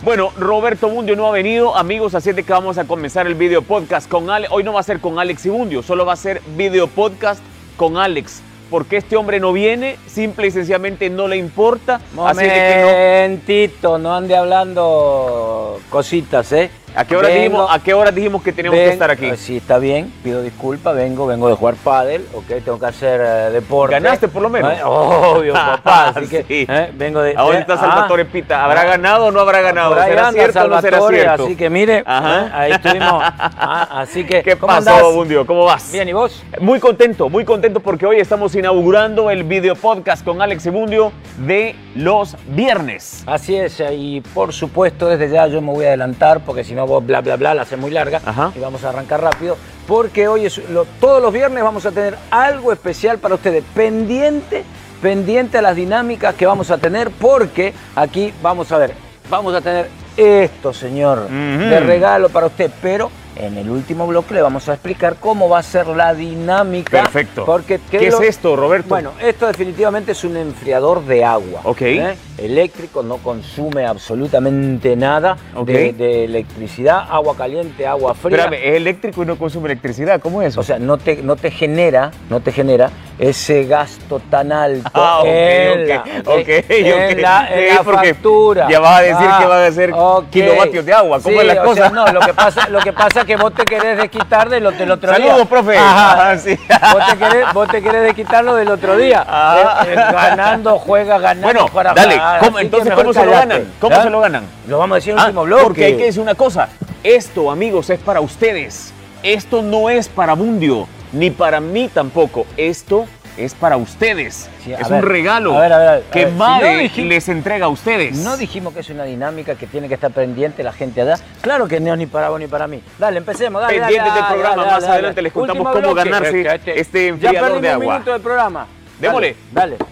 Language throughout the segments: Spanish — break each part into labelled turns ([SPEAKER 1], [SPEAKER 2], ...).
[SPEAKER 1] Bueno, Roberto Bundio no ha venido, amigos, así es de que vamos a comenzar el video podcast con Alex. Hoy no va a ser con Alex y Bundio, solo va a ser video podcast con Alex. Porque este hombre no viene, simple y sencillamente no le importa. Así es de que
[SPEAKER 2] Momentito, no ande hablando cositas, ¿eh?
[SPEAKER 1] no. ¿A qué hora,
[SPEAKER 2] Vengo-
[SPEAKER 1] dijimos, ¿A qué hora dijimos que teníamos
[SPEAKER 2] ven-
[SPEAKER 1] que estar aquí?
[SPEAKER 2] Eh, Sí, está bien, pido disculpas, vengo, vengo de jugar pádel, ok, tengo que hacer eh, deporte.
[SPEAKER 1] Ganaste, por lo menos.
[SPEAKER 2] Eh, Obvio, papá, así que
[SPEAKER 1] Sí.
[SPEAKER 2] eh, vengo de...
[SPEAKER 1] Ahora
[SPEAKER 2] eh,
[SPEAKER 1] está
[SPEAKER 2] ah,
[SPEAKER 1] Salvatore Pita. ¿Habrá ganado o no habrá ganado?
[SPEAKER 2] por ahí
[SPEAKER 1] ¿Será
[SPEAKER 2] anda
[SPEAKER 1] cierto o no será
[SPEAKER 2] Salvatore,
[SPEAKER 1] cierto?
[SPEAKER 2] Así que mire,
[SPEAKER 1] Ajá.
[SPEAKER 2] eh, ahí estuvimos. Ah, así que,
[SPEAKER 1] ¿Qué
[SPEAKER 2] ¿cómo
[SPEAKER 1] pasó,
[SPEAKER 2] andás?
[SPEAKER 1] Bundio? ¿Cómo vas?
[SPEAKER 2] Bien, ¿y vos?
[SPEAKER 1] Muy contento, muy contento porque hoy estamos inaugurando el video podcast con Alex Ebundio de los viernes.
[SPEAKER 2] Así es, eh, y por supuesto desde ya yo me voy a adelantar porque si no vos bla bla bla la haces muy larga
[SPEAKER 1] Ajá.
[SPEAKER 2] y vamos a arrancar rápido porque hoy es lo- todos los viernes vamos a tener algo especial para ustedes pendiente pendiente a las dinámicas que vamos a tener porque aquí vamos a ver vamos a tener esto señor
[SPEAKER 1] Ujú.
[SPEAKER 2] de regalo para usted pero en el último bloque le vamos a explicar cómo va a ser la dinámica
[SPEAKER 1] Perfecto.
[SPEAKER 2] porque
[SPEAKER 1] ¿Qué es esto, Roberto?
[SPEAKER 2] bueno esto definitivamente es un enfriador de agua ¿eh?
[SPEAKER 1] Ok.
[SPEAKER 2] eléctrico, no consume absolutamente nada
[SPEAKER 1] Ok.
[SPEAKER 2] de, de electricidad, agua caliente, agua fría.
[SPEAKER 1] Espérame, es eléctrico y no consume electricidad. ¿Cómo es eso?
[SPEAKER 2] O sea, no te, no te genera, no te genera ese gasto tan alto
[SPEAKER 1] Ah, ok,
[SPEAKER 2] en la,
[SPEAKER 1] ok, ok,
[SPEAKER 2] en
[SPEAKER 1] ok.
[SPEAKER 2] la, en
[SPEAKER 1] Sí,
[SPEAKER 2] la
[SPEAKER 1] porque
[SPEAKER 2] factura.
[SPEAKER 1] ya vas a decir que van
[SPEAKER 2] va
[SPEAKER 1] a ser kilovatios de agua, ¿cómo
[SPEAKER 2] sí,
[SPEAKER 1] es la
[SPEAKER 2] o
[SPEAKER 1] cosa?
[SPEAKER 2] sea, no, lo que pasa, lo que pasa es que vos te querés desquitar del, otro- del otro día.
[SPEAKER 1] Saludos, profe.
[SPEAKER 2] Ajá.
[SPEAKER 1] Ah, sí.
[SPEAKER 2] Vos te querés, vos te querés desquitar lo del otro día.
[SPEAKER 1] Ah.
[SPEAKER 2] Eh, eh, ganando, juega, ganando.
[SPEAKER 1] Bueno,
[SPEAKER 2] para
[SPEAKER 1] dale,
[SPEAKER 2] jugar,
[SPEAKER 1] ¿cómo-
[SPEAKER 2] así que
[SPEAKER 1] entonces
[SPEAKER 2] mejor
[SPEAKER 1] cómo se lo
[SPEAKER 2] callate,
[SPEAKER 1] ganan? ¿Cómo
[SPEAKER 2] ¿ya?
[SPEAKER 1] se lo ganan?
[SPEAKER 2] Lo vamos a decir en el
[SPEAKER 1] Ah,
[SPEAKER 2] último bloque.
[SPEAKER 1] Porque hay que decir una cosa. Esto, amigos, es para ustedes. Esto no es para Bundio, ni para mí tampoco. Esto es para ustedes.
[SPEAKER 2] Sí, a
[SPEAKER 1] es
[SPEAKER 2] ver,
[SPEAKER 1] un regalo
[SPEAKER 2] a ver, a ver, a ver.
[SPEAKER 1] que
[SPEAKER 2] Si
[SPEAKER 1] Mare
[SPEAKER 2] no dijim-
[SPEAKER 1] les entrega a ustedes.
[SPEAKER 2] No dijimos que es una dinámica que tiene que estar pendiente la gente allá. Claro que no es ni para vos ni para mí. Dale, empecemos. Dale,
[SPEAKER 1] Pendientes
[SPEAKER 2] dale,
[SPEAKER 1] del
[SPEAKER 2] dale,
[SPEAKER 1] programa.
[SPEAKER 2] dale,
[SPEAKER 1] Más
[SPEAKER 2] dale,
[SPEAKER 1] adelante
[SPEAKER 2] dale.
[SPEAKER 1] les contamos
[SPEAKER 2] Último
[SPEAKER 1] cómo
[SPEAKER 2] bloque.
[SPEAKER 1] ganarse este
[SPEAKER 2] ya
[SPEAKER 1] enfriador
[SPEAKER 2] perdimos
[SPEAKER 1] de
[SPEAKER 2] un
[SPEAKER 1] agua.
[SPEAKER 2] minuto del programa.
[SPEAKER 1] Démosle.
[SPEAKER 2] Dale, dale.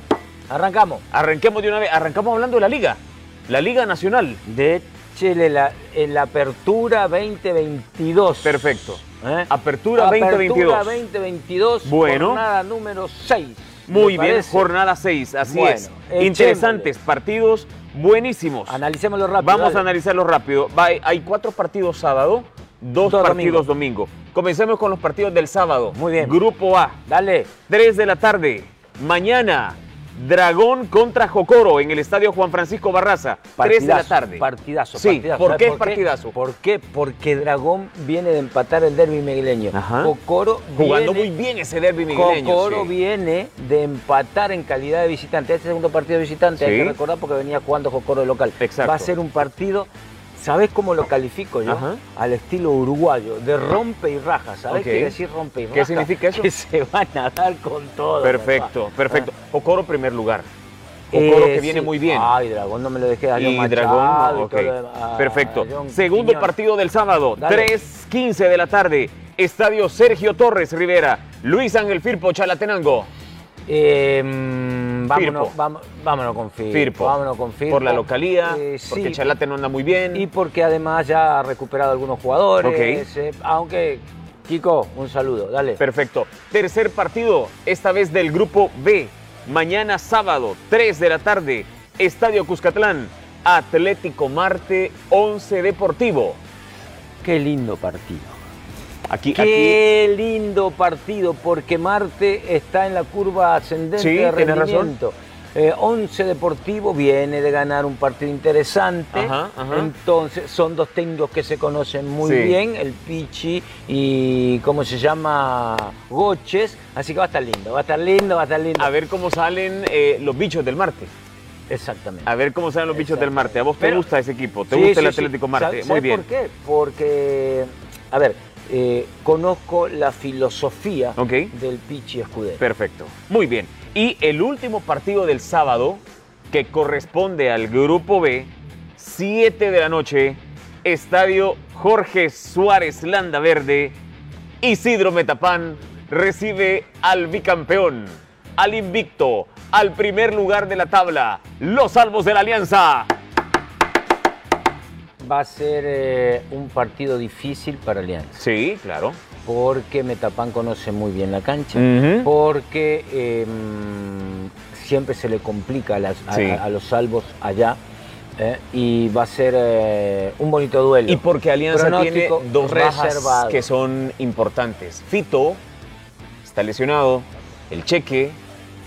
[SPEAKER 2] Arrancamos.
[SPEAKER 1] Arranquemos de una vez. Arrancamos hablando de la liga. La liga nacional.
[SPEAKER 2] De Chile, la, en la apertura 2022.
[SPEAKER 1] Perfecto.
[SPEAKER 2] ¿Eh?
[SPEAKER 1] Apertura 2022.
[SPEAKER 2] Apertura 2022.
[SPEAKER 1] Bueno.
[SPEAKER 2] Jornada número 6.
[SPEAKER 1] Muy bien, jornada 6, así
[SPEAKER 2] Bueno,
[SPEAKER 1] es.
[SPEAKER 2] echémosle.
[SPEAKER 1] Interesantes partidos, buenísimos.
[SPEAKER 2] Analicémoslo rápido.
[SPEAKER 1] Vamos
[SPEAKER 2] dale.
[SPEAKER 1] a analizarlo rápido. Va- hay cuatro partidos sábado, dos,
[SPEAKER 2] Dos
[SPEAKER 1] partidos domingo. Comencemos con los partidos del sábado.
[SPEAKER 2] Muy bien.
[SPEAKER 1] Grupo A,
[SPEAKER 2] Dale.
[SPEAKER 1] 3 de la tarde. Mañana, Dragón contra Jocoro en el estadio Juan Francisco Barraza. 3 de la
[SPEAKER 2] Partidazo,
[SPEAKER 1] tarde.
[SPEAKER 2] Partidazo,
[SPEAKER 1] Sí,
[SPEAKER 2] partidazo.
[SPEAKER 1] ¿por
[SPEAKER 2] ¿Sabes
[SPEAKER 1] qué es partidazo?
[SPEAKER 2] ¿Por qué? Porque Dragón viene de empatar el derby migueleño.
[SPEAKER 1] Ajá.
[SPEAKER 2] Cocoro
[SPEAKER 1] Jugando
[SPEAKER 2] viene,
[SPEAKER 1] muy bien ese derby migueleño.
[SPEAKER 2] Cocoro
[SPEAKER 1] sí.
[SPEAKER 2] viene de empatar en calidad de visitante. Este segundo partido de visitante, hay
[SPEAKER 1] Sí.
[SPEAKER 2] que recordar porque venía jugando Cocoro de local.
[SPEAKER 1] Exacto.
[SPEAKER 2] Va a ser un partido. ¿Sabés cómo lo califico yo?
[SPEAKER 1] Ajá.
[SPEAKER 2] Al estilo uruguayo, de rompe y raja. ¿Sabés
[SPEAKER 1] Ok.
[SPEAKER 2] qué decir rompe y raja?
[SPEAKER 1] ¿Qué significa eso?
[SPEAKER 2] Que se van a dar con todo.
[SPEAKER 1] Perfecto,
[SPEAKER 2] papá.
[SPEAKER 1] perfecto. Jocoro primer lugar.
[SPEAKER 2] Eh,
[SPEAKER 1] Jocoro que viene
[SPEAKER 2] sí.
[SPEAKER 1] muy bien.
[SPEAKER 2] Ay, Dragón, no me lo dejé a León
[SPEAKER 1] Y
[SPEAKER 2] Machado
[SPEAKER 1] Dragón,
[SPEAKER 2] y
[SPEAKER 1] ok. Ah,
[SPEAKER 2] todo lo demás.
[SPEAKER 1] Perfecto.
[SPEAKER 2] A León
[SPEAKER 1] Segundo
[SPEAKER 2] Quiñones.
[SPEAKER 1] partido del sábado,
[SPEAKER 2] Dale.
[SPEAKER 1] 3.15 de la tarde. Estadio Sergio Torres Rivera, Luis Ángel Firpo, Chalatenango.
[SPEAKER 2] Eh, mm,
[SPEAKER 1] Firpo.
[SPEAKER 2] vámonos, vam- vámonos con Firpo.
[SPEAKER 1] Firpo.
[SPEAKER 2] Vámonos con Firpo.
[SPEAKER 1] Por la localía,
[SPEAKER 2] Eh, sí,
[SPEAKER 1] porque Chalate no anda muy bien.
[SPEAKER 2] Y porque además ya ha recuperado algunos jugadores.
[SPEAKER 1] Ok.
[SPEAKER 2] eh, aunque, Kiko, un saludo, dale.
[SPEAKER 1] Perfecto. Tercer partido, esta vez del grupo B. Mañana sábado, 3 de la tarde, Estadio Cuscatlán, Atlético Marte, 11 Deportivo.
[SPEAKER 2] Qué lindo partido.
[SPEAKER 1] Aquí, aquí.
[SPEAKER 2] Qué lindo partido, porque Marte está en la curva ascendente
[SPEAKER 1] Sí,
[SPEAKER 2] de
[SPEAKER 1] tenés razón.
[SPEAKER 2] rendimiento. Eh, Once Deportivo viene de ganar un partido interesante.
[SPEAKER 1] Ajá, ajá.
[SPEAKER 2] Entonces, son dos técnicos que se conocen muy
[SPEAKER 1] Sí.
[SPEAKER 2] bien, el Pichi y cómo se llama Goches. Así que va a estar lindo, va a estar lindo, va a estar lindo.
[SPEAKER 1] A ver cómo salen eh, los bichos del Marte.
[SPEAKER 2] Exactamente.
[SPEAKER 1] A ver cómo salen los bichos del Marte. ¿A vos te
[SPEAKER 2] Pero-
[SPEAKER 1] gusta ese equipo? ¿Te
[SPEAKER 2] Sí,
[SPEAKER 1] gusta el
[SPEAKER 2] sí, sí.
[SPEAKER 1] Atlético Marte?
[SPEAKER 2] ¿Sabes-
[SPEAKER 1] Muy
[SPEAKER 2] sabes
[SPEAKER 1] bien.
[SPEAKER 2] ¿Por qué? Porque, a ver, eh, conozco la filosofía
[SPEAKER 1] Ok.
[SPEAKER 2] del Pichi Escudero.
[SPEAKER 1] Perfecto. Muy bien. Y el último partido del sábado, que corresponde al grupo B, 7 de la noche, Estadio Jorge Suárez Landa Verde, Isidro Metapán recibe al bicampeón, al invicto, al primer lugar de la tabla, los salvos de la alianza.
[SPEAKER 2] Va a ser eh, un partido difícil para Alianza,
[SPEAKER 1] Sí, claro.
[SPEAKER 2] porque Metapan conoce muy bien la cancha,
[SPEAKER 1] Ujú.
[SPEAKER 2] porque eh, mm, siempre se le complica a, las- a-
[SPEAKER 1] Sí.
[SPEAKER 2] a- a los salvos allá. eh, y va a ser eh, un bonito duelo.
[SPEAKER 1] Y porque Alianza tiene
[SPEAKER 2] Pronóstico
[SPEAKER 1] dos reservas
[SPEAKER 2] reservado.
[SPEAKER 1] que son importantes. Fito está lesionado, el Cheque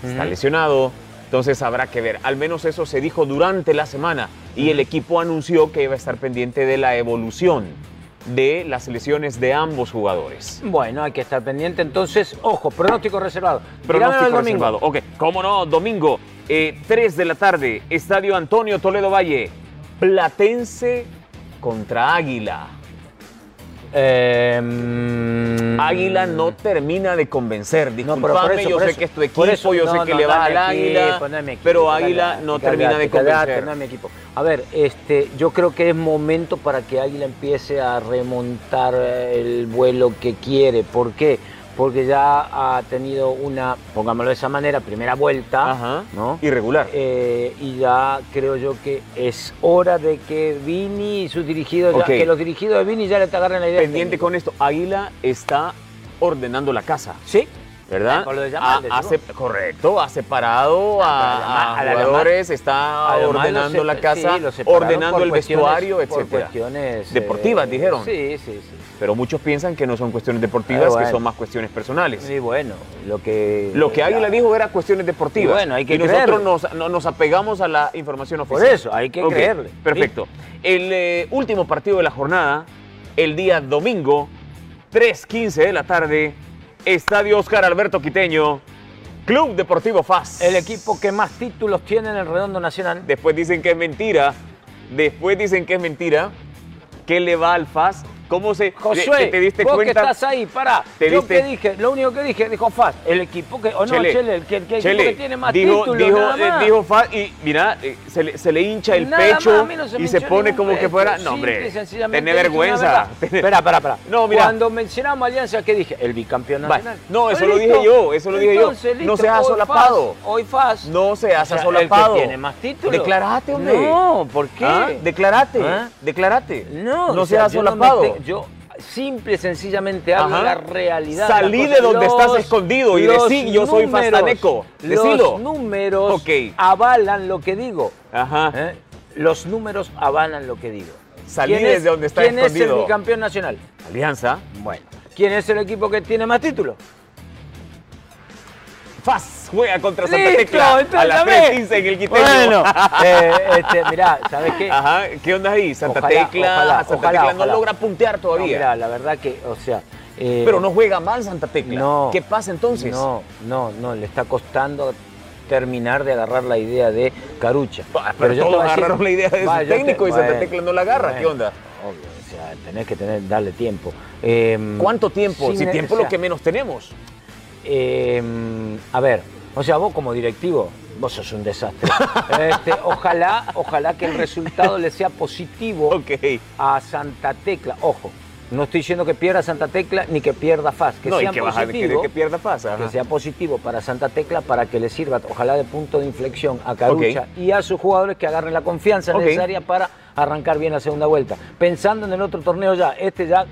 [SPEAKER 1] está
[SPEAKER 2] Ujú.
[SPEAKER 1] lesionado, entonces habrá que ver. Al menos eso se dijo durante la semana y el equipo anunció que iba a estar pendiente de la evolución de las lesiones de ambos jugadores.
[SPEAKER 2] Bueno, hay que estar pendiente entonces. Ojo, pronóstico reservado. Tirámelo el
[SPEAKER 1] Pronóstico
[SPEAKER 2] domingo.
[SPEAKER 1] reservado. Ok, cómo no, domingo, eh, 3 de la tarde, Estadio Antonio Toledo Valle, Platense contra Águila.
[SPEAKER 2] Eh, mm,
[SPEAKER 1] Águila no termina de convencer.
[SPEAKER 2] No, pero por
[SPEAKER 1] Disculpame,
[SPEAKER 2] eso,
[SPEAKER 1] yo
[SPEAKER 2] por
[SPEAKER 1] sé
[SPEAKER 2] eso,
[SPEAKER 1] que es tu equipo,
[SPEAKER 2] por eso,
[SPEAKER 1] yo
[SPEAKER 2] no,
[SPEAKER 1] sé que
[SPEAKER 2] no,
[SPEAKER 1] le
[SPEAKER 2] no
[SPEAKER 1] vas
[SPEAKER 2] es
[SPEAKER 1] al
[SPEAKER 2] mi
[SPEAKER 1] Águila,
[SPEAKER 2] equipo, no es mi equipo,
[SPEAKER 1] pero
[SPEAKER 2] dale,
[SPEAKER 1] Águila
[SPEAKER 2] dale,
[SPEAKER 1] no
[SPEAKER 2] dale,
[SPEAKER 1] termina de
[SPEAKER 2] dale, dale,
[SPEAKER 1] convencer.
[SPEAKER 2] no es mi equipo. A ver, este, yo creo que es momento para que Águila empiece a remontar eh, el vuelo que quiere. ¿Por qué? Porque ya ha tenido una, pongámoslo de esa manera, primera vuelta,
[SPEAKER 1] Ajá.
[SPEAKER 2] ¿no?
[SPEAKER 1] Irregular.
[SPEAKER 2] Eh, y ya creo yo que es hora de que Vini y sus dirigidos, ya-
[SPEAKER 1] Ok.
[SPEAKER 2] que los dirigidos de Vini ya le agarren la idea. al
[SPEAKER 1] Pendiente
[SPEAKER 2] técnico.
[SPEAKER 1] con esto, Águila está ordenando la casa,
[SPEAKER 2] Sí,
[SPEAKER 1] ¿verdad?
[SPEAKER 2] Con lo de Yamal, Ah,
[SPEAKER 1] Ha-
[SPEAKER 2] decimos.
[SPEAKER 1] ha sep- correcto, ha separado
[SPEAKER 2] pero Yamal-
[SPEAKER 1] a, a
[SPEAKER 2] a la Yamal-
[SPEAKER 1] jugadores, está
[SPEAKER 2] Además,
[SPEAKER 1] ordenando
[SPEAKER 2] los
[SPEAKER 1] la
[SPEAKER 2] sep-
[SPEAKER 1] casa,
[SPEAKER 2] sí, los separaron
[SPEAKER 1] ordenando
[SPEAKER 2] por
[SPEAKER 1] el
[SPEAKER 2] cuestiones-
[SPEAKER 1] vestuario,
[SPEAKER 2] por
[SPEAKER 1] etcétera.
[SPEAKER 2] cuestiones,
[SPEAKER 1] Deportivas,
[SPEAKER 2] eh,
[SPEAKER 1] dijeron.
[SPEAKER 2] Sí, sí, sí.
[SPEAKER 1] Pero muchos piensan que no son cuestiones deportivas,
[SPEAKER 2] Pero bueno.
[SPEAKER 1] que son más cuestiones personales.
[SPEAKER 2] Sí, bueno, lo que.
[SPEAKER 1] Lo que Águila
[SPEAKER 2] la-
[SPEAKER 1] dijo era cuestiones deportivas.
[SPEAKER 2] Y bueno, hay que
[SPEAKER 1] Y nosotros
[SPEAKER 2] creerle.
[SPEAKER 1] nos, no- nos apegamos a la información
[SPEAKER 2] Por
[SPEAKER 1] oficial.
[SPEAKER 2] eso, hay que
[SPEAKER 1] Ok,
[SPEAKER 2] creerle.
[SPEAKER 1] Perfecto. El eh, último partido de la jornada, el día domingo, 3.15 de la tarde, Estadio Oscar Alberto Quiteño, Club Deportivo FAS.
[SPEAKER 2] El equipo que más títulos tiene en el Redondo Nacional.
[SPEAKER 1] Después dicen que es mentira. Después dicen que es mentira. ¿Qué le va al FAS? ¿Cómo se...
[SPEAKER 2] Josué,
[SPEAKER 1] te, te diste
[SPEAKER 2] vos
[SPEAKER 1] cuenta?
[SPEAKER 2] que estás ahí, pará.
[SPEAKER 1] ¿Te
[SPEAKER 2] Yo
[SPEAKER 1] diste-
[SPEAKER 2] que dije, lo único que dije, dijo Faz, el equipo que, o no, Chele, el, que, el que- el
[SPEAKER 1] Chele,
[SPEAKER 2] equipo que tiene más
[SPEAKER 1] dijo,
[SPEAKER 2] títulos,
[SPEAKER 1] dijo,
[SPEAKER 2] nada
[SPEAKER 1] eh,
[SPEAKER 2] más.
[SPEAKER 1] dijo Faz y mira, eh, se le, se le hincha el
[SPEAKER 2] Nada más,
[SPEAKER 1] pecho
[SPEAKER 2] a mí no
[SPEAKER 1] y
[SPEAKER 2] me
[SPEAKER 1] se
[SPEAKER 2] hinchó
[SPEAKER 1] pone
[SPEAKER 2] ningún
[SPEAKER 1] como que
[SPEAKER 2] pecho,
[SPEAKER 1] fuera, no
[SPEAKER 2] simple y
[SPEAKER 1] hombre,
[SPEAKER 2] sencillamente
[SPEAKER 1] tené
[SPEAKER 2] es una
[SPEAKER 1] vergüenza.
[SPEAKER 2] verdad. Espera, espera, espera.
[SPEAKER 1] No, mira.
[SPEAKER 2] Cuando mencionamos Alianza, ¿qué dije? El bicampeón
[SPEAKER 1] Vale.
[SPEAKER 2] nacional.
[SPEAKER 1] No, eso
[SPEAKER 2] Pues
[SPEAKER 1] lo
[SPEAKER 2] listo.
[SPEAKER 1] dije yo, eso lo dije yo.
[SPEAKER 2] Entonces,
[SPEAKER 1] No
[SPEAKER 2] listo,
[SPEAKER 1] seas
[SPEAKER 2] hoy
[SPEAKER 1] solapado.
[SPEAKER 2] Faz, Hoy Faz.
[SPEAKER 1] No seas
[SPEAKER 2] O sea, el que
[SPEAKER 1] asolapado.
[SPEAKER 2] tiene más títulos.
[SPEAKER 1] Declarate, hombre.
[SPEAKER 2] No, ¿por qué?
[SPEAKER 1] ¿Ah? Declarate,
[SPEAKER 2] ¿Ah?
[SPEAKER 1] declarate.
[SPEAKER 2] No,
[SPEAKER 1] no
[SPEAKER 2] o sea,
[SPEAKER 1] seas
[SPEAKER 2] yo no me
[SPEAKER 1] solapado.
[SPEAKER 2] te- yo simple y sencillamente
[SPEAKER 1] Ajá.
[SPEAKER 2] hablo de la realidad. la
[SPEAKER 1] Salí
[SPEAKER 2] cosa.
[SPEAKER 1] de donde
[SPEAKER 2] Los-
[SPEAKER 1] estás escondido y
[SPEAKER 2] los
[SPEAKER 1] decí, yo soy
[SPEAKER 2] números,
[SPEAKER 1] Fastaneco. Decilo.
[SPEAKER 2] Los números
[SPEAKER 1] Ok.
[SPEAKER 2] avalan lo que digo.
[SPEAKER 1] Ajá.
[SPEAKER 2] ¿eh? Los números avalan lo que digo.
[SPEAKER 1] Salí
[SPEAKER 2] ¿Quién es-
[SPEAKER 1] desde donde está
[SPEAKER 2] ¿Quién es
[SPEAKER 1] escondido?
[SPEAKER 2] el bicampeón nacional?
[SPEAKER 1] Alianza.
[SPEAKER 2] Bueno. ¿Quién es el equipo que tiene más títulos?
[SPEAKER 1] Faz juega contra Santa
[SPEAKER 2] Listo,
[SPEAKER 1] Tecla a
[SPEAKER 2] entonces,
[SPEAKER 1] las
[SPEAKER 2] a ver.
[SPEAKER 1] 3:15 en el Quiteño.
[SPEAKER 2] Bueno, eh, este, mirá, ¿sabes qué?
[SPEAKER 1] Ajá, ¿qué onda ahí? Santa
[SPEAKER 2] Ojalá,
[SPEAKER 1] Tecla,
[SPEAKER 2] ojalá,
[SPEAKER 1] Santa
[SPEAKER 2] ojalá,
[SPEAKER 1] Tecla
[SPEAKER 2] ojalá.
[SPEAKER 1] no logra puntear
[SPEAKER 2] No,
[SPEAKER 1] todavía.
[SPEAKER 2] mirá, la verdad que, o sea... eh,
[SPEAKER 1] pero no juega mal Santa Tecla.
[SPEAKER 2] No.
[SPEAKER 1] ¿Qué pasa entonces?
[SPEAKER 2] No, no, no, le está costando terminar de agarrar la idea de Carucha.
[SPEAKER 1] Ah, pero
[SPEAKER 2] yo te
[SPEAKER 1] todos
[SPEAKER 2] voy a
[SPEAKER 1] agarraron la idea de su
[SPEAKER 2] Va, yo
[SPEAKER 1] técnico y Santa Tecla no la agarra, ¿qué onda?
[SPEAKER 2] Obvio, o sea, tenés que tener, darle tiempo. Eh,
[SPEAKER 1] ¿Cuánto tiempo?
[SPEAKER 2] sin-
[SPEAKER 1] si tiempo
[SPEAKER 2] o sea,
[SPEAKER 1] lo que menos tenemos.
[SPEAKER 2] eh, a ver, o sea, vos como directivo, vos sos un desastre. Este, ojalá, ojalá que el resultado le sea positivo
[SPEAKER 1] Ok.
[SPEAKER 2] a Santa Tecla. Ojo, no estoy diciendo que pierda Santa Tecla ni que pierda FAS, que
[SPEAKER 1] no, y
[SPEAKER 2] sean
[SPEAKER 1] que, baja, que,
[SPEAKER 2] positivos
[SPEAKER 1] que pierda pasa.
[SPEAKER 2] que sea positivo para Santa Tecla para que le sirva, ojalá de punto de inflexión a Carucha y a sus jugadores que agarren la confianza
[SPEAKER 1] Ok.
[SPEAKER 2] necesaria para arrancar bien la segunda vuelta. Pensando en el otro torneo ya, este ya,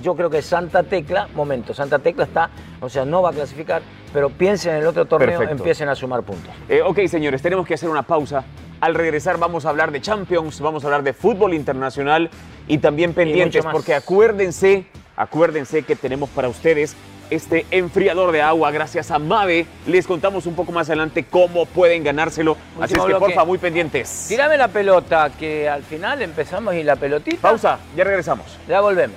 [SPEAKER 2] yo creo que Santa Tecla, momento, Santa Tecla está, o sea, no va a clasificar, pero piensen en el otro torneo,
[SPEAKER 1] Perfecto.
[SPEAKER 2] empiecen a sumar puntos.
[SPEAKER 1] Eh, ok, señores, tenemos que hacer una pausa. Al regresar vamos a hablar de Champions, vamos a hablar de fútbol internacional y también pendientes,
[SPEAKER 2] mucho más.
[SPEAKER 1] porque acuérdense, acuérdense que tenemos para ustedes este enfriador de agua gracias a Mave. Les contamos un poco más adelante cómo pueden ganárselo. Así es que
[SPEAKER 2] bloque.
[SPEAKER 1] porfa, muy pendientes.
[SPEAKER 2] Tirame la pelota, que al final empezamos y la pelotita.
[SPEAKER 1] Pausa, ya regresamos.
[SPEAKER 2] Ya volvemos.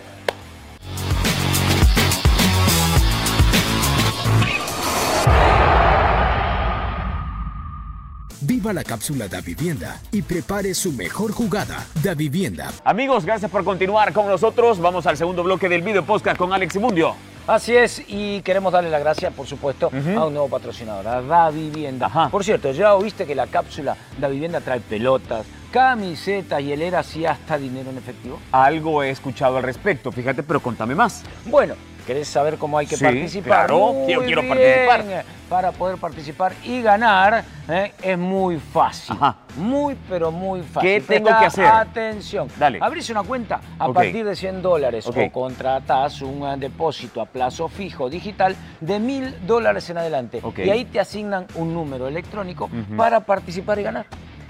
[SPEAKER 3] Viva la cápsula da vivienda y prepare su mejor jugada da vivienda.
[SPEAKER 1] Amigos, gracias por continuar con nosotros. Vamos al segundo bloque del video podcast con Alex Mundio.
[SPEAKER 2] Así es, y queremos darle las gracias, por supuesto, a un nuevo patrocinador, a Da Vivienda.
[SPEAKER 1] Ajá.
[SPEAKER 2] Por cierto, ya oíste que la cápsula Da Vivienda trae pelotas, camisetas, hieleras y hasta dinero en efectivo.
[SPEAKER 1] Algo he escuchado al respecto, fíjate, pero contame más.
[SPEAKER 2] Bueno, ¿querés saber cómo hay que
[SPEAKER 1] Sí,
[SPEAKER 2] participar?
[SPEAKER 1] claro,
[SPEAKER 2] Muy
[SPEAKER 1] yo quiero
[SPEAKER 2] bien.
[SPEAKER 1] participar.
[SPEAKER 2] Para poder participar y ganar ¿eh? es muy fácil.
[SPEAKER 1] Ajá.
[SPEAKER 2] Muy, pero muy fácil.
[SPEAKER 1] ¿Qué tengo
[SPEAKER 2] Presta
[SPEAKER 1] que hacer?
[SPEAKER 2] Atención.
[SPEAKER 1] Dale.
[SPEAKER 2] Abrís una cuenta a
[SPEAKER 1] Ok.
[SPEAKER 2] partir de 100 dólares
[SPEAKER 1] Ok.
[SPEAKER 2] o contratás un eh, depósito a plazo fijo digital de 1000 dólares en adelante.
[SPEAKER 1] Ok.
[SPEAKER 2] Y ahí te asignan un número electrónico para participar y ganar.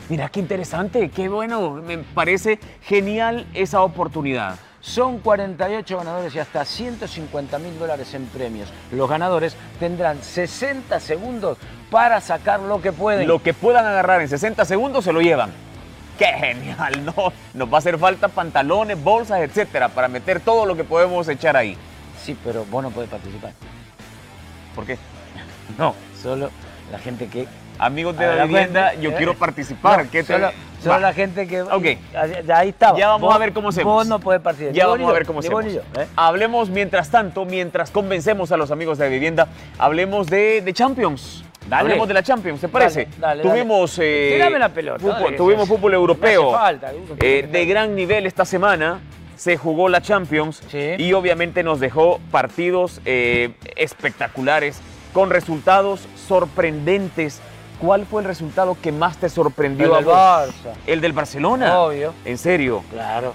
[SPEAKER 1] Mira qué interesante, qué bueno. Me parece genial esa oportunidad.
[SPEAKER 2] Son 48 ganadores y hasta 150 mil dólares en premios. Los ganadores tendrán 60 segundos para sacar lo que pueden.
[SPEAKER 1] Lo que puedan agarrar en 60 segundos se lo llevan. ¡Qué genial! No, nos va a hacer falta pantalones, bolsas, etcétera, para meter todo lo que podemos echar ahí.
[SPEAKER 2] Sí, pero vos no podés participar.
[SPEAKER 1] ¿Por qué?
[SPEAKER 2] No. Solo la gente que...
[SPEAKER 1] Amigos de
[SPEAKER 2] A
[SPEAKER 1] la
[SPEAKER 2] ver,
[SPEAKER 1] vivienda,
[SPEAKER 2] cuenta. Eh,
[SPEAKER 1] yo quiero participar.
[SPEAKER 2] No,
[SPEAKER 1] ¿Qué te-
[SPEAKER 2] solo solo
[SPEAKER 1] Va.
[SPEAKER 2] la gente que...
[SPEAKER 1] Ok.
[SPEAKER 2] Ahí- Ahí estaba.
[SPEAKER 1] Ya vamos
[SPEAKER 2] Vos-
[SPEAKER 1] a ver cómo hacemos.
[SPEAKER 2] Vos no podés participar.
[SPEAKER 1] Ya
[SPEAKER 2] Ni vos
[SPEAKER 1] vamos
[SPEAKER 2] ni
[SPEAKER 1] a ver
[SPEAKER 2] yo,
[SPEAKER 1] cómo
[SPEAKER 2] ni
[SPEAKER 1] hacemos.
[SPEAKER 2] vos ni yo, ¿eh?
[SPEAKER 1] Hablemos mientras tanto, mientras convencemos a los amigos de la vivienda, hablemos de, de Champions.
[SPEAKER 2] Dale.
[SPEAKER 1] Hablemos de la Champions, ¿te parece?
[SPEAKER 2] Dale, dale,
[SPEAKER 1] tuvimos eh,
[SPEAKER 2] Tírame la pelota,
[SPEAKER 1] fútbol,
[SPEAKER 2] dale, que
[SPEAKER 1] tuvimos
[SPEAKER 2] se-
[SPEAKER 1] fútbol
[SPEAKER 2] no
[SPEAKER 1] europeo
[SPEAKER 2] hace falta, que-
[SPEAKER 1] eh, de gran nivel esta semana. Se jugó la Champions
[SPEAKER 2] Sí.
[SPEAKER 1] y obviamente nos dejó partidos eh, espectaculares con resultados sorprendentes. ¿Cuál fue el resultado que más te sorprendió
[SPEAKER 2] El
[SPEAKER 1] a
[SPEAKER 2] del
[SPEAKER 1] vos?
[SPEAKER 2] Barça.
[SPEAKER 1] El del Barcelona.
[SPEAKER 2] Obvio.
[SPEAKER 1] En serio.
[SPEAKER 2] Claro.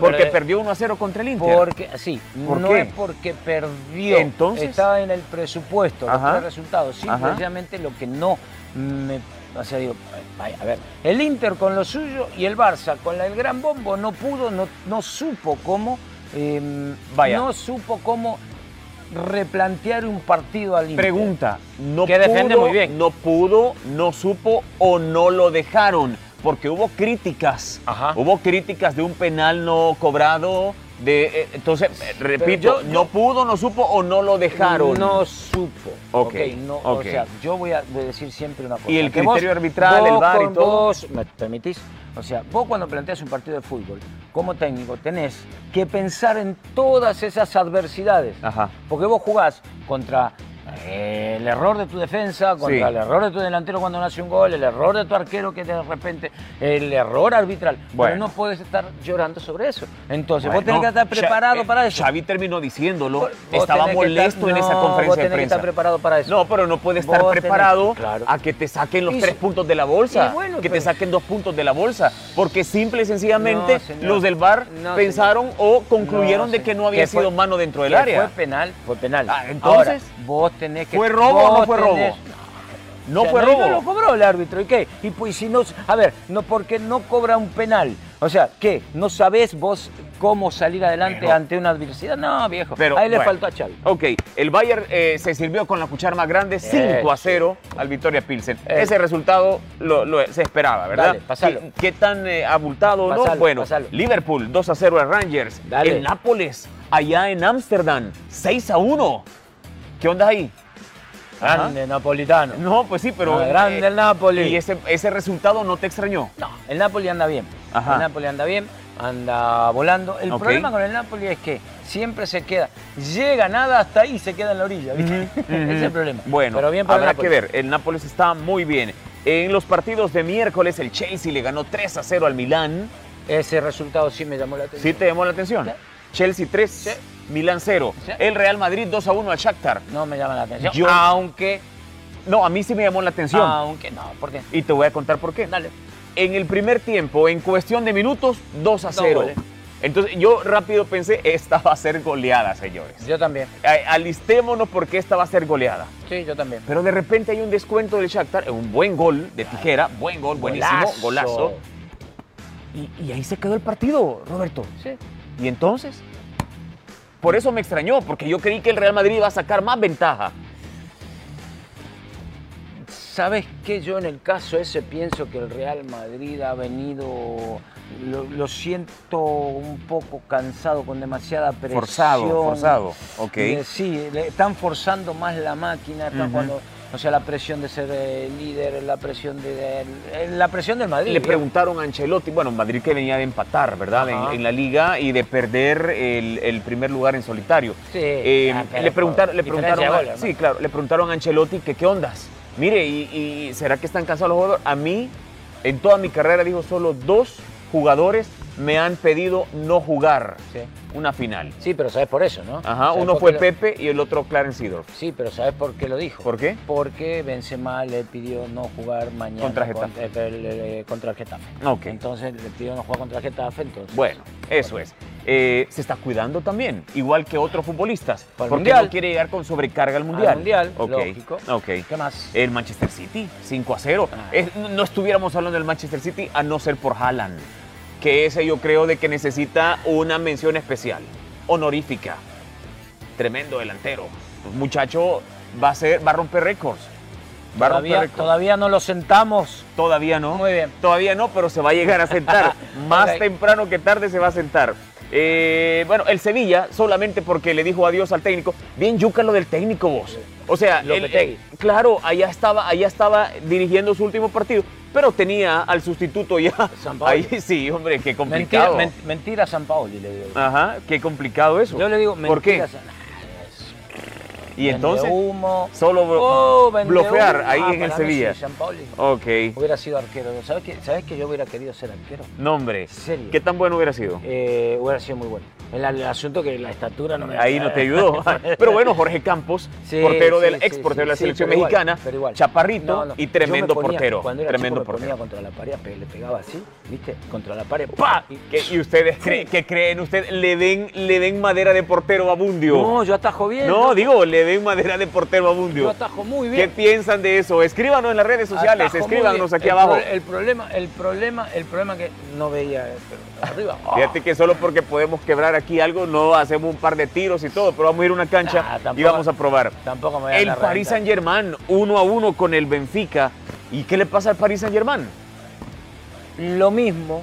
[SPEAKER 1] Porque
[SPEAKER 2] perdió.
[SPEAKER 1] perdió 1 a 0 contra el Inter.
[SPEAKER 2] Porque, sí,
[SPEAKER 1] ¿Por
[SPEAKER 2] no
[SPEAKER 1] qué?
[SPEAKER 2] es porque perdió.
[SPEAKER 1] Entonces.
[SPEAKER 2] Estaba en el presupuesto, los
[SPEAKER 1] Ajá.
[SPEAKER 2] tres resultados.
[SPEAKER 1] Ajá.
[SPEAKER 2] Simplemente lo que no me. O sea, digo, vaya, a ver. El Inter con lo suyo y el Barça con la- el gran bombo no pudo, no, no supo cómo. eh,
[SPEAKER 1] Vaya.
[SPEAKER 2] No supo cómo replantear un partido al Inter.
[SPEAKER 1] Pregunta, no
[SPEAKER 2] Que defiende
[SPEAKER 1] pudo,
[SPEAKER 2] muy bien.
[SPEAKER 1] no pudo, no supo o no lo dejaron, porque hubo críticas,
[SPEAKER 2] Ajá.
[SPEAKER 1] hubo críticas de un penal no cobrado, de eh, entonces eh, repito,
[SPEAKER 2] yo-
[SPEAKER 1] no pudo, no supo o no lo dejaron.
[SPEAKER 2] No supo.
[SPEAKER 1] Ok,
[SPEAKER 2] no,
[SPEAKER 1] ok.
[SPEAKER 2] O sea, yo voy a voy a decir siempre una cosa.
[SPEAKER 1] Y el
[SPEAKER 2] que
[SPEAKER 1] criterio arbitral, el VAR y
[SPEAKER 2] con-
[SPEAKER 1] todo.
[SPEAKER 2] vos- ¿Me permitís? O sea, vos cuando planteas un partido de fútbol, como técnico, tenés que pensar en todas esas adversidades.
[SPEAKER 1] Ajá.
[SPEAKER 2] Porque vos jugás contra eh, el error de tu defensa, contra
[SPEAKER 1] Sí.
[SPEAKER 2] el error de tu delantero cuando nace un gol, el error de tu arquero que de repente, el error arbitral.
[SPEAKER 1] Bueno.
[SPEAKER 2] Pero no puedes estar llorando sobre eso. Entonces, vos
[SPEAKER 1] Bueno,
[SPEAKER 2] tenés que estar
[SPEAKER 1] Xa-
[SPEAKER 2] preparado
[SPEAKER 1] eh,
[SPEAKER 2] para eso.
[SPEAKER 1] Xavi terminó diciéndolo,
[SPEAKER 2] Vos
[SPEAKER 1] estaba
[SPEAKER 2] tenés que
[SPEAKER 1] molesto
[SPEAKER 2] estar-
[SPEAKER 1] en esa
[SPEAKER 2] no, vos
[SPEAKER 1] conferencia de
[SPEAKER 2] tenés que
[SPEAKER 1] prensa.
[SPEAKER 2] estar preparado para eso.
[SPEAKER 1] No, pero no puede estar
[SPEAKER 2] Vos tenés-
[SPEAKER 1] preparado
[SPEAKER 2] claro.
[SPEAKER 1] a que te saquen los
[SPEAKER 2] Y
[SPEAKER 1] tres
[SPEAKER 2] si-
[SPEAKER 1] puntos de la bolsa,
[SPEAKER 2] y bueno,
[SPEAKER 1] que te
[SPEAKER 2] pero-
[SPEAKER 1] saquen dos puntos de la bolsa, porque simple y sencillamente
[SPEAKER 2] No, señor.
[SPEAKER 1] los del bar
[SPEAKER 2] No,
[SPEAKER 1] pensaron o concluyeron
[SPEAKER 2] No,
[SPEAKER 1] de
[SPEAKER 2] señor.
[SPEAKER 1] que no había
[SPEAKER 2] Que fue-
[SPEAKER 1] sido mano dentro del
[SPEAKER 2] que
[SPEAKER 1] área.
[SPEAKER 2] Fue penal, fue penal.
[SPEAKER 1] Ah, entonces,
[SPEAKER 2] Ahora, vos tenés que.
[SPEAKER 1] ¿Fue robo o no
[SPEAKER 2] vos
[SPEAKER 1] fue
[SPEAKER 2] tenés-
[SPEAKER 1] robo? No
[SPEAKER 2] O sea,
[SPEAKER 1] fue
[SPEAKER 2] y No lo
[SPEAKER 1] robo.
[SPEAKER 2] cobró el árbitro, ¿y qué? Y pues si no, a ver, no porque no cobra un penal. O sea, ¿qué? ¿No sabés vos cómo salir adelante
[SPEAKER 1] Pero-
[SPEAKER 2] ante una adversidad? No, viejo.
[SPEAKER 1] Pero,
[SPEAKER 2] Ahí le
[SPEAKER 1] bueno.
[SPEAKER 2] faltó a Xavi.
[SPEAKER 1] Ok, el Bayern eh, se sirvió con la cuchara más grande, 5 a 0 al Victoria Pilsen.
[SPEAKER 2] Eh.
[SPEAKER 1] Ese resultado lo, lo- se esperaba, ¿verdad?
[SPEAKER 2] Dale, pasalo.
[SPEAKER 1] ¿Qué, qué tan eh, abultado o no?
[SPEAKER 2] Pasalo,
[SPEAKER 1] Bueno,
[SPEAKER 2] pasalo.
[SPEAKER 1] Liverpool 2 a 0 al Rangers.
[SPEAKER 2] Dale.
[SPEAKER 1] El Nápoles, allá en Ámsterdam, 6 a 1. ¿Qué onda ahí? Ajá.
[SPEAKER 2] Grande napolitano.
[SPEAKER 1] No, pues sí, pero.
[SPEAKER 2] Ah, grande el Napoli.
[SPEAKER 1] ¿Y ese, ese resultado no te extrañó?
[SPEAKER 2] No, el Napoli anda bien.
[SPEAKER 1] Ajá.
[SPEAKER 2] El Napoli anda bien, anda volando. El
[SPEAKER 1] Ok.
[SPEAKER 2] problema con el Napoli es que siempre se queda, llega nada hasta ahí y se queda en la orilla, ¿viste? Ese es el problema.
[SPEAKER 1] Bueno,
[SPEAKER 2] Pero bien para el
[SPEAKER 1] habrá
[SPEAKER 2] Napoli.
[SPEAKER 1] que ver. El Nápoles está muy bien. En los partidos de miércoles, el Chelsea le ganó 3 a 0 al Milán.
[SPEAKER 2] Ese resultado sí me llamó la
[SPEAKER 1] ¿Sí
[SPEAKER 2] atención.
[SPEAKER 1] te llamó la atención?
[SPEAKER 2] Sí.
[SPEAKER 1] Chelsea 3,
[SPEAKER 2] Sí.
[SPEAKER 1] Milán 0.
[SPEAKER 2] Sí.
[SPEAKER 1] El Real Madrid 2 a 1 al Shakhtar.
[SPEAKER 2] No me llama la atención.
[SPEAKER 1] Yo-
[SPEAKER 2] Aunque,
[SPEAKER 1] No, a mí sí me llamó la atención.
[SPEAKER 2] aunque no, ¿por qué?
[SPEAKER 1] Y te voy a contar por qué.
[SPEAKER 2] Dale.
[SPEAKER 1] En el primer tiempo, en cuestión de minutos, 2 a
[SPEAKER 2] Dos
[SPEAKER 1] 0.
[SPEAKER 2] goles.
[SPEAKER 1] Entonces yo rápido pensé, esta va a ser goleada, señores.
[SPEAKER 2] Yo también.
[SPEAKER 1] A- Alistémonos porque esta va a ser goleada.
[SPEAKER 2] Sí, yo también.
[SPEAKER 1] Pero de repente hay un descuento del Shakhtar, un buen gol de tijera, buen gol, buenísimo, golazo. Y, y ahí se quedó el partido, Roberto.
[SPEAKER 2] Sí.
[SPEAKER 1] ¿Y entonces? Por eso me extrañó, porque yo creí que el Real Madrid iba a sacar más ventaja.
[SPEAKER 2] ¿Sabes qué? Yo en el caso ese pienso que el Real Madrid ha venido, lo, lo siento un poco cansado, con demasiada presión.
[SPEAKER 1] Forzado, forzado, ok.
[SPEAKER 2] Eh, sí, le están forzando más la máquina, están jugando- o sea, la presión de ser eh, líder, la presión de, eh, la presión del Madrid.
[SPEAKER 1] Le
[SPEAKER 2] ¿eh?
[SPEAKER 1] preguntaron a Ancelotti, bueno, Madrid que venía de empatar, ¿verdad? En,
[SPEAKER 2] Ajá.
[SPEAKER 1] en la liga y de perder el, el primer lugar en solitario.
[SPEAKER 2] Sí,
[SPEAKER 1] Eh,
[SPEAKER 2] ah, pero
[SPEAKER 1] le preguntaron,
[SPEAKER 2] por
[SPEAKER 1] le preguntaron,
[SPEAKER 2] diferencia de
[SPEAKER 1] a-
[SPEAKER 2] goles, ¿no?
[SPEAKER 1] sí, claro, le preguntaron a Ancelotti que qué ondas. Mire, y, y será que están cansados los jugadores? A mí, en toda mi carrera, dijo solo dos jugadores me han pedido no jugar
[SPEAKER 2] Sí.
[SPEAKER 1] una final.
[SPEAKER 2] Sí, pero sabes por eso, ¿no?
[SPEAKER 1] Ajá,
[SPEAKER 2] ¿Sabes
[SPEAKER 1] uno
[SPEAKER 2] por
[SPEAKER 1] fue
[SPEAKER 2] qué lo-
[SPEAKER 1] Pepe y el otro Clarence Seedorf.
[SPEAKER 2] Sí, pero ¿sabes por qué lo dijo?
[SPEAKER 1] ¿Por qué?
[SPEAKER 2] Porque Benzema le pidió no jugar mañana
[SPEAKER 1] Contra
[SPEAKER 2] con-
[SPEAKER 1] Getafe.
[SPEAKER 2] eh, el, eh, contra el Getafe.
[SPEAKER 1] Ok.
[SPEAKER 2] Entonces le pidió no jugar contra el Getafe, entonces...
[SPEAKER 1] Bueno, eso es. eh, se está cuidando también, igual que otros futbolistas.
[SPEAKER 2] Para el
[SPEAKER 1] porque
[SPEAKER 2] Mundial.
[SPEAKER 1] no quiere llegar con sobrecarga al Ah, Mundial.
[SPEAKER 2] Al mundial,
[SPEAKER 1] Ok,
[SPEAKER 2] lógico.
[SPEAKER 1] ok. Eh,
[SPEAKER 2] ¿Qué más?
[SPEAKER 1] El Manchester City, 5 a 0.
[SPEAKER 2] Ah.
[SPEAKER 1] Es- no no estuviéramos hablando del Manchester City a no ser por Haaland, que ese yo creo de que necesita una mención especial, honorífica. Tremendo delantero. Muchacho va a ser, va a romper récords. Va a romper
[SPEAKER 2] Todavía,
[SPEAKER 1] récords.
[SPEAKER 2] todavía no lo sentamos.
[SPEAKER 1] Todavía no.
[SPEAKER 2] Muy bien.
[SPEAKER 1] Todavía no, pero se va a llegar a sentar. Más
[SPEAKER 2] Ok.
[SPEAKER 1] temprano que tarde se va a sentar. Eh, bueno, el Sevilla, solamente porque le dijo adiós al técnico. Bien yuca lo del técnico vos. O sea, el-
[SPEAKER 2] Lopetegui.
[SPEAKER 1] eh, claro, allá estaba, allá estaba dirigiendo su último partido, pero tenía al sustituto ya.
[SPEAKER 2] Sampaoli.
[SPEAKER 1] Ahí sí, hombre, qué
[SPEAKER 2] Mentira,
[SPEAKER 1] complicado.
[SPEAKER 2] men- mentira San Paoli, le digo.
[SPEAKER 1] Ajá, qué complicado eso.
[SPEAKER 2] Yo le digo eh. mentira.
[SPEAKER 1] ¿Por qué?
[SPEAKER 2] San-
[SPEAKER 1] Y entonces,
[SPEAKER 2] Vende humo.
[SPEAKER 1] solo blo-
[SPEAKER 2] Oh, vende
[SPEAKER 1] bloquear
[SPEAKER 2] humo.
[SPEAKER 1] ahí
[SPEAKER 2] Ah,
[SPEAKER 1] en el
[SPEAKER 2] para mí
[SPEAKER 1] Sevilla.
[SPEAKER 2] sí, San Paoli
[SPEAKER 1] ok,
[SPEAKER 2] hubiera sido arquero. ¿Sabes qué? ¿Sabes que yo hubiera querido ser arquero?
[SPEAKER 1] nombre.
[SPEAKER 2] Serio.
[SPEAKER 1] ¿Qué tan bueno hubiera sido?
[SPEAKER 2] Eh, hubiera sido muy bueno. El, el asunto que la estatura no me
[SPEAKER 1] Ahí no te ayudó. Pero bueno, Jorge Campos,
[SPEAKER 2] Sí,
[SPEAKER 1] portero
[SPEAKER 2] sí,
[SPEAKER 1] del
[SPEAKER 2] sí,
[SPEAKER 1] ex portero de
[SPEAKER 2] sí,
[SPEAKER 1] la
[SPEAKER 2] sí,
[SPEAKER 1] selección
[SPEAKER 2] pero igual,
[SPEAKER 1] mexicana,
[SPEAKER 2] pero igual.
[SPEAKER 1] chaparrito
[SPEAKER 2] No, no.
[SPEAKER 1] y
[SPEAKER 2] Yo me
[SPEAKER 1] tremendo
[SPEAKER 2] ponía-
[SPEAKER 1] portero.
[SPEAKER 2] Cuando era
[SPEAKER 1] Tremendo
[SPEAKER 2] chico me
[SPEAKER 1] portero.
[SPEAKER 2] ponía contra la pared, pe- le pegaba así, ¿viste? Contra la pared,
[SPEAKER 1] ¡Pa!
[SPEAKER 2] ¡pa! Y-
[SPEAKER 1] ¿Qué- ¿Y ustedes creen, qué creen? ¿Usted le den, le den madera de portero a Bundio?
[SPEAKER 2] no, yo atajo bien.
[SPEAKER 1] No, digo, le den madera de portero a Bundio.
[SPEAKER 2] Yo atajo muy
[SPEAKER 1] ¿Qué
[SPEAKER 2] bien.
[SPEAKER 1] piensan de eso? Escríbanos en las redes sociales,
[SPEAKER 2] Atajo muy
[SPEAKER 1] escríbanos
[SPEAKER 2] bien.
[SPEAKER 1] aquí
[SPEAKER 2] El
[SPEAKER 1] abajo.
[SPEAKER 2] pro- el problema, el problema, el problema que no veía eh, pero arriba. ah,
[SPEAKER 1] Fíjate que solo porque podemos quebrar aquí algo, no hacemos un par de tiros y todo, pero vamos a ir a una cancha
[SPEAKER 2] Nah,
[SPEAKER 1] y
[SPEAKER 2] Ah, tampoco-
[SPEAKER 1] vamos a probar.
[SPEAKER 2] Tampoco me voy a
[SPEAKER 1] El
[SPEAKER 2] la
[SPEAKER 1] Paris Saint
[SPEAKER 2] reventar.
[SPEAKER 1] Germain, uno a uno con el Benfica. ¿Y qué le pasa al Paris Saint Germain?
[SPEAKER 2] Lo mismo,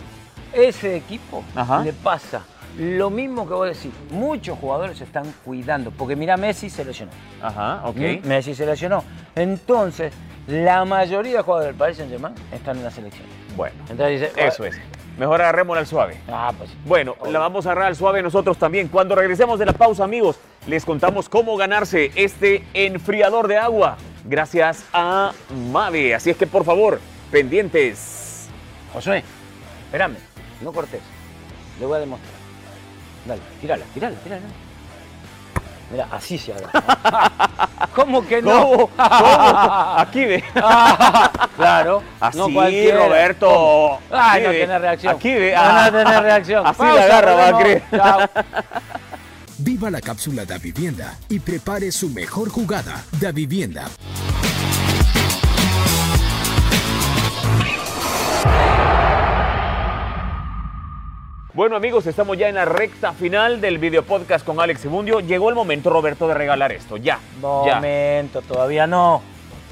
[SPEAKER 2] ese equipo
[SPEAKER 1] Ajá.
[SPEAKER 2] le pasa. Lo mismo que vos decís, muchos jugadores se están cuidando, porque mira Messi se lesionó.
[SPEAKER 1] Ajá, ok.
[SPEAKER 2] M- Messi se lesionó. Entonces, la mayoría de jugadores del Paris Saint Germain están en la selección.
[SPEAKER 1] Bueno,
[SPEAKER 2] Entonces dice,
[SPEAKER 1] eso es. Mejor agarrémosla al suave.
[SPEAKER 2] Ah, pues.
[SPEAKER 1] Bueno, la vamos a agarrar al suave nosotros también. Cuando regresemos de la pausa, amigos, les contamos cómo ganarse este enfriador de agua gracias a Mave. Así es que, por favor, pendientes.
[SPEAKER 2] Josué, espérame, no cortes. Le voy a demostrar. Dale, tirala, tirala, tirala. Mira, así se habla. ¿Cómo que
[SPEAKER 1] ¿Cómo?
[SPEAKER 2] no?
[SPEAKER 1] ¿Cómo? Aquí ve.
[SPEAKER 2] claro.
[SPEAKER 1] Así,
[SPEAKER 2] no cualquiera.
[SPEAKER 1] Roberto.
[SPEAKER 2] ¿Cómo? Ay,
[SPEAKER 1] Aquí
[SPEAKER 2] Ah, no
[SPEAKER 1] ve.
[SPEAKER 2] tiene reacción.
[SPEAKER 1] Aquí ve.
[SPEAKER 2] No,
[SPEAKER 1] Ah.
[SPEAKER 2] no tiene reacción.
[SPEAKER 1] Así la
[SPEAKER 2] Pausa,
[SPEAKER 1] agarra, va a
[SPEAKER 2] volvemos.
[SPEAKER 1] creer.
[SPEAKER 2] Chao.
[SPEAKER 3] Viva la cápsula da vivienda y prepare su mejor jugada da vivienda.
[SPEAKER 1] Bueno amigos, estamos ya en la recta final del video podcast con Alex Mundio. Llegó el momento, Roberto, de regalar esto. Ya. ya.
[SPEAKER 2] Momento, todavía no.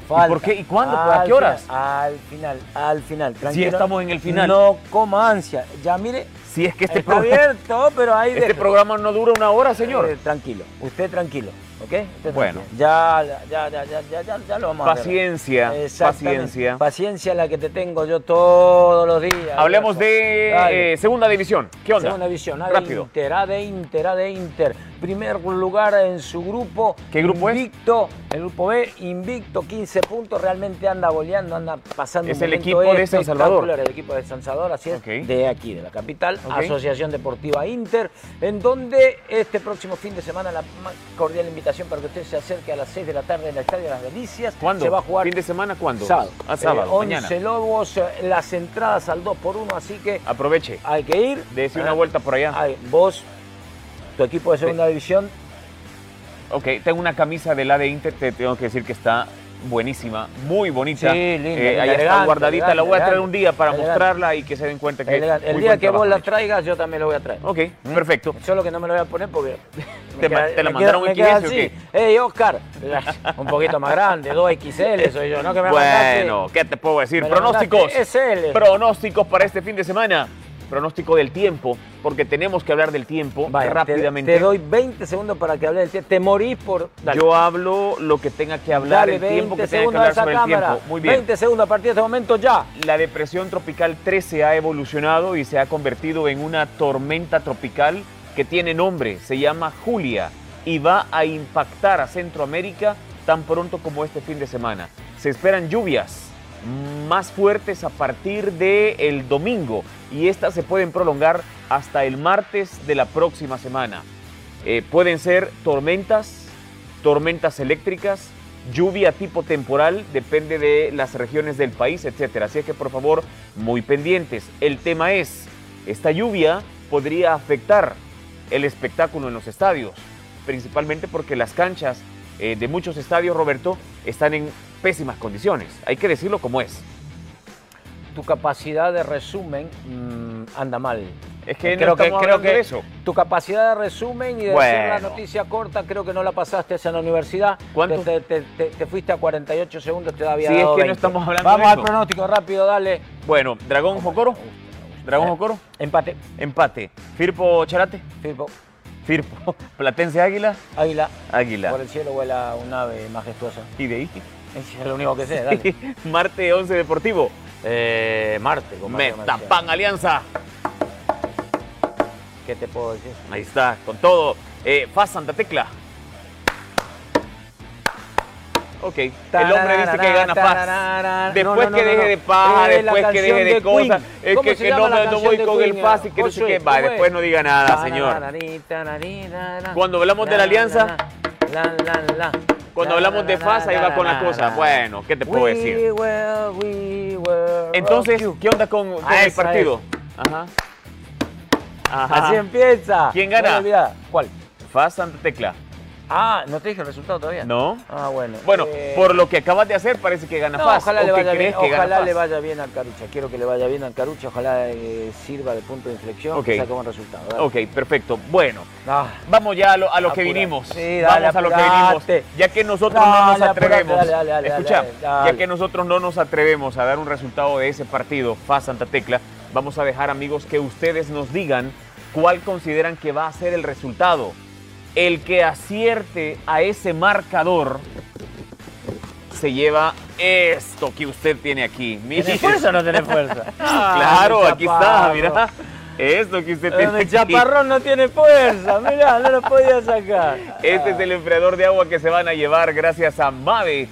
[SPEAKER 2] Falta.
[SPEAKER 1] por qué? ¿Y cuándo? ¿A
[SPEAKER 2] Al
[SPEAKER 1] qué horas?
[SPEAKER 2] final, al final, al final. Tranquilo.
[SPEAKER 1] estamos en el final.
[SPEAKER 2] No coma ansia. Ya mire,
[SPEAKER 1] Si es que este,
[SPEAKER 2] está
[SPEAKER 1] programa-
[SPEAKER 2] abierto, pero ahí
[SPEAKER 1] este
[SPEAKER 2] déjelo.
[SPEAKER 1] programa no dura una hora, señor.
[SPEAKER 2] Eh, tranquilo, usted tranquilo, ¿ok? Usted
[SPEAKER 1] Bueno.
[SPEAKER 2] tranquilo. Ya, ya, ya, ya, ya, ya, ya lo vamos a
[SPEAKER 1] Paciencia,
[SPEAKER 2] ver.
[SPEAKER 1] paciencia.
[SPEAKER 2] Paciencia la que te tengo yo todos los días.
[SPEAKER 1] Hablemos
[SPEAKER 2] viejo.
[SPEAKER 1] de
[SPEAKER 2] Dale.
[SPEAKER 1] eh, segunda división. ¿Qué onda?
[SPEAKER 2] Segunda división, A de
[SPEAKER 1] Rápido.
[SPEAKER 2] Inter, A de Inter, A de Inter. Primer lugar en su grupo.
[SPEAKER 1] ¿Qué grupo es?
[SPEAKER 2] invicto, El grupo B, invicto, 15 puntos. Realmente anda goleando, anda pasando.
[SPEAKER 1] Es
[SPEAKER 2] un
[SPEAKER 1] el
[SPEAKER 2] momento
[SPEAKER 1] equipo de San Salvador.
[SPEAKER 2] espectacular, El equipo de San Salvador, así es.
[SPEAKER 1] Ok.
[SPEAKER 2] De aquí, de la capital.
[SPEAKER 1] Ok.
[SPEAKER 2] Asociación Deportiva Inter. En donde este próximo fin de semana, la más cordial invitación para que usted se acerque a las 6 de la tarde en el Estadio de las Delicias.
[SPEAKER 1] ¿Cuándo?
[SPEAKER 2] Se va a jugar
[SPEAKER 1] ¿Fin de semana cuándo?
[SPEAKER 2] sábado.
[SPEAKER 1] Ah, sábado,
[SPEAKER 2] Eh, 11
[SPEAKER 1] mañana.
[SPEAKER 2] Lobos, eh, las entradas al 2 por 1 así que
[SPEAKER 1] Aproveche.
[SPEAKER 2] hay que ir.
[SPEAKER 1] Dese
[SPEAKER 2] Ah,
[SPEAKER 1] una vuelta por allá.
[SPEAKER 2] ay, vos, tu equipo de segunda división,
[SPEAKER 1] Ok, tengo una camisa del AD Inter, te tengo que decir que está buenísima, muy bonita. Eh,
[SPEAKER 2] Sí, linda, linda,
[SPEAKER 1] ahí está
[SPEAKER 2] elegante,
[SPEAKER 1] guardadita, la voy a traer
[SPEAKER 2] elegante,
[SPEAKER 1] un día para
[SPEAKER 2] elegante.
[SPEAKER 1] mostrarla y que se den cuenta que
[SPEAKER 2] el,
[SPEAKER 1] muy
[SPEAKER 2] el
[SPEAKER 1] buen
[SPEAKER 2] día que
[SPEAKER 1] trabajo
[SPEAKER 2] vos la
[SPEAKER 1] hecho.
[SPEAKER 2] traigas, yo también lo voy a traer.
[SPEAKER 1] Ok, perfecto.
[SPEAKER 2] Solo que no me lo voy a poner porque. me
[SPEAKER 1] Te ma- te la
[SPEAKER 2] me
[SPEAKER 1] mandaron
[SPEAKER 2] me
[SPEAKER 1] XS o
[SPEAKER 2] así.
[SPEAKER 1] qué?
[SPEAKER 2] Ey, Oscar, un poquito más grande, 2XL soy yo, ¿no? Que me
[SPEAKER 1] Bueno, ¿qué te puedo decir?
[SPEAKER 2] Me la
[SPEAKER 1] Pronósticos.
[SPEAKER 2] mandaste SL.
[SPEAKER 1] Pronósticos para este fin de semana. Pronóstico del tiempo, porque tenemos que hablar del tiempo
[SPEAKER 2] Vaya, te-
[SPEAKER 1] rápidamente.
[SPEAKER 2] Te, doy 20 segundos para que hable del tiempo. Te morís por. Dale.
[SPEAKER 1] Yo hablo lo que tenga que hablar,
[SPEAKER 2] Dale,
[SPEAKER 1] el tiempo que tenga que
[SPEAKER 2] segundos
[SPEAKER 1] hablar
[SPEAKER 2] a esa
[SPEAKER 1] sobre
[SPEAKER 2] cámara.
[SPEAKER 1] el tiempo. Muy bien.
[SPEAKER 2] 20 segundos a partir de este momento ya.
[SPEAKER 1] La depresión tropical 13 ha evolucionado y se ha convertido en una tormenta tropical que tiene nombre, se llama Julia y va a impactar a Centroamérica tan pronto como este fin de semana. Se esperan lluvias más fuertes a partir del el domingo y estas se pueden prolongar hasta el martes de la próxima semana. Eh, pueden ser tormentas, tormentas eléctricas, lluvia tipo temporal, depende de las regiones del país, etcétera. Así es que por favor, muy pendientes. El tema es, esta lluvia podría afectar el espectáculo en los estadios, principalmente porque las canchas eh, de muchos estadios, Roberto, están en pésimas condiciones. Hay que decirlo como es.
[SPEAKER 2] Tu capacidad de resumen mm, anda mal.
[SPEAKER 1] Es Eh, que no estamos hablando de eso.
[SPEAKER 2] tu capacidad de resumen y de hacer la
[SPEAKER 1] Bueno.
[SPEAKER 2] noticia corta, creo que no la pasaste en la universidad.
[SPEAKER 1] ¿Cuánto?
[SPEAKER 2] Te, te- te- te fuiste a 48 segundos, te había
[SPEAKER 1] Si es
[SPEAKER 2] dado
[SPEAKER 1] que no
[SPEAKER 2] 20.
[SPEAKER 1] estamos hablando de
[SPEAKER 2] Vamos al
[SPEAKER 1] eso.
[SPEAKER 2] pronóstico, rápido, dale.
[SPEAKER 1] Bueno, Dragón Jocoro, Dragón
[SPEAKER 2] Eh,
[SPEAKER 1] Jocoro,
[SPEAKER 2] Empate.
[SPEAKER 1] empate. Firpo Charate,
[SPEAKER 2] Firpo,
[SPEAKER 1] Firpo, Platense Águila,
[SPEAKER 2] águila. Por
[SPEAKER 1] Águila.
[SPEAKER 2] el cielo vuela un ave majestuosa.
[SPEAKER 1] Y de ahí,
[SPEAKER 2] Es lo único que sé, dale.
[SPEAKER 1] Marte 11 Deportivo,
[SPEAKER 2] Eh, Marte, con Marte Marcial.
[SPEAKER 1] Metapan Alianza.
[SPEAKER 2] ¿Qué te puedo decir?
[SPEAKER 1] Ahí está, con todo. Eh, Faz Santa Tecla. Ok, el hombre dice que gana Faz.
[SPEAKER 2] Tararara.
[SPEAKER 1] Después
[SPEAKER 2] No, no, no,
[SPEAKER 1] que
[SPEAKER 2] no,
[SPEAKER 1] deje
[SPEAKER 2] no.
[SPEAKER 1] de paja,
[SPEAKER 2] Eh, la
[SPEAKER 1] después que deje
[SPEAKER 2] canción
[SPEAKER 1] de, cosas,
[SPEAKER 2] Queen.
[SPEAKER 1] es
[SPEAKER 2] ¿Cómo
[SPEAKER 1] que,
[SPEAKER 2] se
[SPEAKER 1] que no
[SPEAKER 2] llama la
[SPEAKER 1] me no
[SPEAKER 2] canción
[SPEAKER 1] voy
[SPEAKER 2] de
[SPEAKER 1] con
[SPEAKER 2] Queen,
[SPEAKER 1] el Faz y que no sé
[SPEAKER 2] Josué?
[SPEAKER 1] qué. Va,
[SPEAKER 2] ¿Cómo
[SPEAKER 1] después
[SPEAKER 2] es?
[SPEAKER 1] no diga nada, Ah, señor.
[SPEAKER 2] Tararara.
[SPEAKER 1] Cuando hablamos de la alianza,
[SPEAKER 2] la, la, la.
[SPEAKER 1] Cuando
[SPEAKER 2] La,
[SPEAKER 1] hablamos
[SPEAKER 2] la,
[SPEAKER 1] de Faz, ahí va con la cosa. Bueno, ¿qué te puedo
[SPEAKER 2] We
[SPEAKER 1] decir?
[SPEAKER 2] will, we will
[SPEAKER 1] Entonces,
[SPEAKER 2] rock you.
[SPEAKER 1] ¿qué onda con, con
[SPEAKER 2] Ah,
[SPEAKER 1] el
[SPEAKER 2] esa
[SPEAKER 1] partido? Ajá. Ajá.
[SPEAKER 2] así empieza.
[SPEAKER 1] ¿Quién gana?
[SPEAKER 2] No lo olvidás. ¿Cuál?
[SPEAKER 1] Faz Santa Tecla.
[SPEAKER 2] Ah, no te dije el resultado todavía.
[SPEAKER 1] No.
[SPEAKER 2] Ah, bueno.
[SPEAKER 1] Bueno,
[SPEAKER 2] Eh,
[SPEAKER 1] por lo que acabas de hacer, parece que gana
[SPEAKER 2] no,
[SPEAKER 1] Faz.
[SPEAKER 2] ojalá
[SPEAKER 1] ¿O
[SPEAKER 2] le
[SPEAKER 1] qué
[SPEAKER 2] vaya bien,
[SPEAKER 1] crees que gana
[SPEAKER 2] ojalá
[SPEAKER 1] Faz?
[SPEAKER 2] le vaya bien al Carucha. Quiero que le vaya bien al Carucha, ojalá eh, sirva de punto de inflexión,
[SPEAKER 1] Ok.
[SPEAKER 2] que saque buen resultado. dale.
[SPEAKER 1] Ok, perfecto. Bueno,
[SPEAKER 2] Ah.
[SPEAKER 1] vamos ya a lo, a lo que
[SPEAKER 2] Apura.
[SPEAKER 1] vinimos.
[SPEAKER 2] Sí,
[SPEAKER 1] vamos
[SPEAKER 2] dale,
[SPEAKER 1] a lo que
[SPEAKER 2] apurate.
[SPEAKER 1] vinimos. Ya que nosotros no
[SPEAKER 2] Dale,
[SPEAKER 1] nos
[SPEAKER 2] apurate,
[SPEAKER 1] atrevemos.
[SPEAKER 2] dale, dale, dale,
[SPEAKER 1] Escucha,
[SPEAKER 2] dale, dale.
[SPEAKER 1] ya que nosotros no nos atrevemos a dar un resultado de ese partido, FA Santa Tecla, vamos a dejar, amigos, que ustedes nos digan cuál consideran que va a ser el resultado. El que acierte a ese marcador se lleva esto que usted tiene aquí. Mire.
[SPEAKER 2] ¿Tenés fuerza o no tenés fuerza?
[SPEAKER 1] Claro,
[SPEAKER 2] Ay, mi
[SPEAKER 1] aquí está,
[SPEAKER 2] chaparro.
[SPEAKER 1] mira. Esto que usted tiene.
[SPEAKER 2] El
[SPEAKER 1] aquí.
[SPEAKER 2] chaparrón no tiene fuerza, mirá, no lo podía sacar.
[SPEAKER 1] Este es el enfriador de agua que se van a llevar gracias a Mave.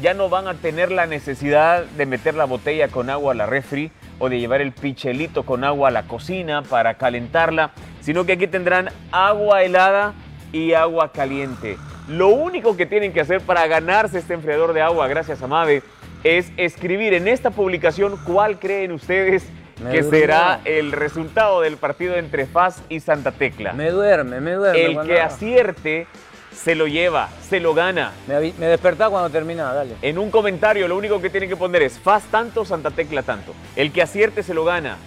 [SPEAKER 1] Ya no van a tener la necesidad de meter la botella con agua a la refri o de llevar el pichelito con agua a la cocina para calentarla, sino que aquí tendrán agua helada y agua caliente. Lo único que tienen que hacer para ganarse este enfriador de agua gracias a Mave es escribir en esta publicación cuál creen ustedes
[SPEAKER 2] Me
[SPEAKER 1] que
[SPEAKER 2] durmió.
[SPEAKER 1] será el resultado del partido entre Faz y Santa Tecla.
[SPEAKER 2] Me duerme, me duerme.
[SPEAKER 1] El
[SPEAKER 2] cuando-
[SPEAKER 1] que acierte se lo lleva, se lo gana.
[SPEAKER 2] Me, avi- me despertaba cuando terminaba, dale.
[SPEAKER 1] En un comentario lo único que tienen que poner es Faz tanto, Santa Tecla tanto. El que acierte se lo gana.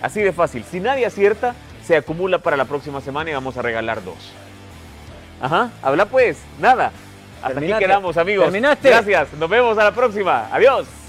[SPEAKER 1] Así de fácil. Si nadie acierta, se acumula para la próxima semana y vamos a regalar dos. Ajá, habla pues, nada. Hasta aquí
[SPEAKER 2] Terminate.
[SPEAKER 1] quedamos, amigos.
[SPEAKER 2] Terminaste.
[SPEAKER 1] Gracias, nos vemos a la próxima. Adiós.